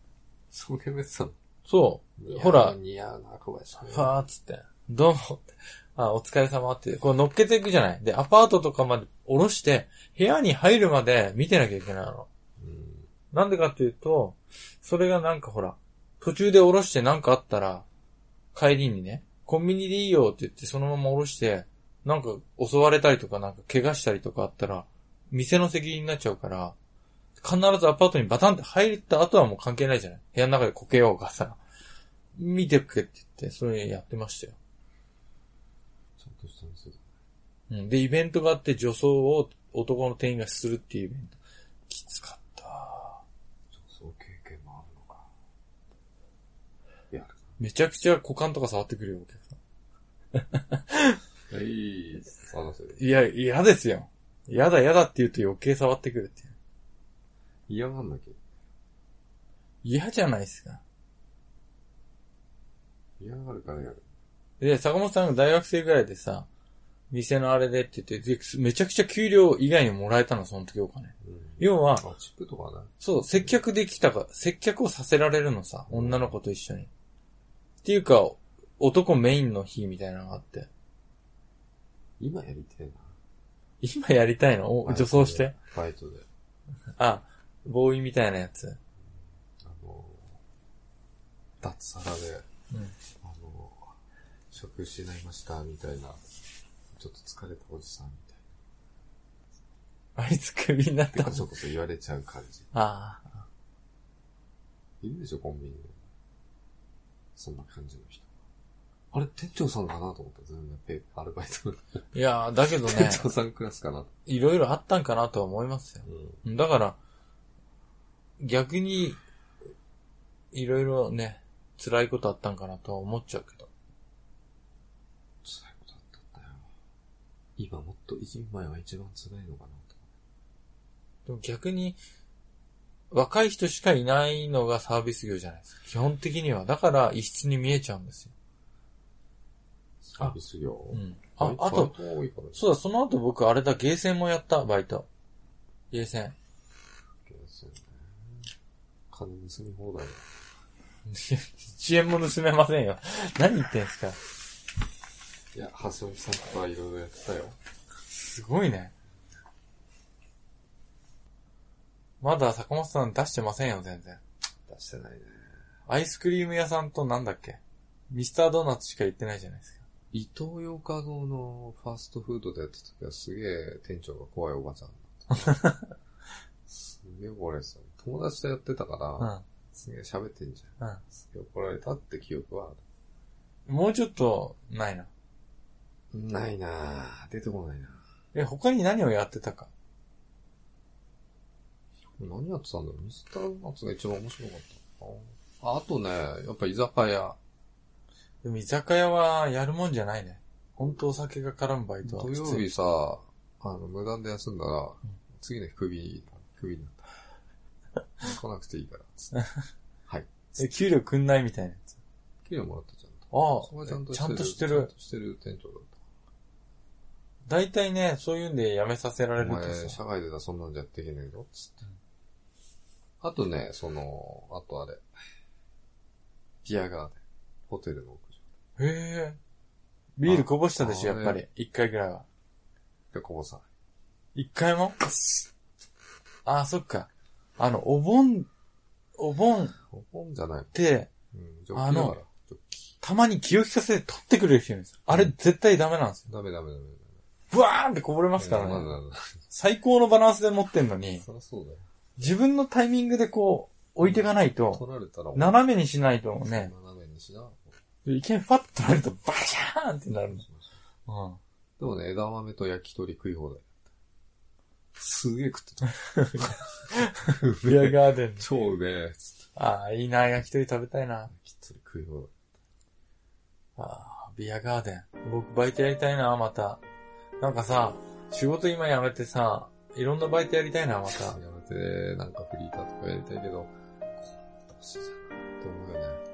そういうやつなの
そ
似合う
ほら
似合うな、小林さん
う、。ファーっつって、どうも、あ、お疲れ様って、こう乗っけていくじゃない。で、アパートとかまで下ろして、部屋に入るまで見てなきゃいけないの。
うん
なんでかっていうと、それがなんかほら、途中で降ろしてなんかあったら、帰りにね、コンビニでいいよって言ってそのまま降ろして、なんか襲われたりとかなんか怪我したりとかあったら、店の責任になっちゃうから、必ずアパートにバタンって入った後はもう関係ないじゃない部屋の中でこけようがさ、見てくれって言って、それやってましたよ。
ちゃんとした店だ。
うん。で、イベントがあって女装を男の店員がするっていうイベント。きつかった。
そう経験もあるのか。やる
めちゃくちゃ股間とか触ってくるよ、お客さん。
な。はい、話せる。
いや、嫌ですよ。嫌だ嫌だって言うと余計触ってくるっていう。
嫌がんなきゃ。
嫌じゃないですか。
嫌がるからやる。
で、坂本さんが大学生ぐらいでさ、店のあれでって言って、でめちゃくちゃ給料以外にもらえたの、その時お金。
うん
要は、
あ、チップとかね。
そう、接客できたか、接客をさせられるのさ、女の子と一緒に。っていうか、男メインの日みたいなのがあって。
今やりてえな。
今やりたいのお女装して。。
バイトで。
あ、ボーイみたいなやつ。
あの、脱サラで、
うん
あの、職失いました、みたいな。ちょっと疲れたおじさんみたい
あいつクビになっ
な。
たの
てこ。そこそ言われちゃう感じ。
ああ。
いるでしょ、コンビニで。そんな感じの人。あれ、店長さんかなと思った。全然ペ、アルバイトの
いやーだけどね
店、長さんクラスかなと。
いろいろあったんかなとは思いますよ。
うん。
だから、逆に、いろいろね、辛いことあったんかなとは思っちゃうけど。
辛いことあったんだよ。今もっと一人前は一番辛いのかなと。
でも逆に、若い人しかいないのがサービス業じゃないですか。基本的には。だから、異質に見えちゃうんですよ。
サービス業。
うん。
バ
あ
イ、ト
あと、、
バイト多いからね
そうだ、その後僕、あれだ、ゲーセンもやった、バイト。ゲーセン。
ですよね。金盗み放題だ。
1円も盗めませんよ。 何言ってんすか。
いや、橋本さんとかいろいろやってたよ。
すごいね。まだ坂本さん出してませんよ、全然。
出してないね。
アイスクリーム屋さんとなんだっけミスタードーナツしか行ってないじゃないですか。
伊東洋華堂のファーストフードでやった時はすげえ店長が怖いおばちゃんだった。すげえ怒られてた。友達とやってたから、
う
すげえ喋ってんじゃん。
ん。
すげえ怒られたって記憶はある。
うん。もうちょっと、ないな。
ないなぁ。出てこないな
え、他に何をやってたか。
何やってたんだろうミスタードーナツが一番面白かったのかなああとね、やっぱ居酒屋。
でも居酒屋はやるもんじゃないね。ほんとお酒が絡むバイトは
土
きつい。
曜日さ、あの、無断で休んだら、
ん
次の日首に、首にな った。来なくていいから、つって。はい。
え、給料くんないみたいなやつ。
給料もらったちゃんと。
あ
そこは
あ、
ちゃんと
ち
して
ゃん
る。
として
ちゃん
る。
としてる店長だっ
大体ね、そういうんで辞めさせられ
た。
る
お
と
前、
さ。
社会でだそんなんじゃやっていけねえぞ、つって。あとね、その、あとあれ。ビアガーデン。ホテルの屋上。
へえ。ビールこぼしたでしょ、
あ
やっぱり。一回ぐらいは。
で、こぼさない。
一回もああ、そっか。あの、お盆、お盆っ
お盆じゃない。
て、
うん、ジョッキだから。ジョッキ
たまに気を利かせて取ってくれる人いるんですよ。あれ絶対ダメなんですよ。
ダメダメダメダメ。
ブワーンってこぼれますから
うん
ね。
なんだなんだ
最高のバランスで持ってんのに、
そりゃそうだよ。
自分のタイミングでこう、置いていかないと、
取られたら、
斜めにしないとね、
斜めにしな。
いきなりファッとなるとバシャーンってなるの。うん。
でもね、枝豆と焼き鳥食い放題。すげえ食ってた。
ビアガーデン。
超うめえ。つって
ああ、いいな、焼き鳥食べたいな。
焼き鳥食い放
ああ、ビアガーデン。僕、バイトやりたいな、また。なんかさ、仕事今やめてさ、いろんなバイトやりたいな、また。
やめて、なんかフリーターとかやりたいけど、こんなこと欲しいじゃん。と思うよね。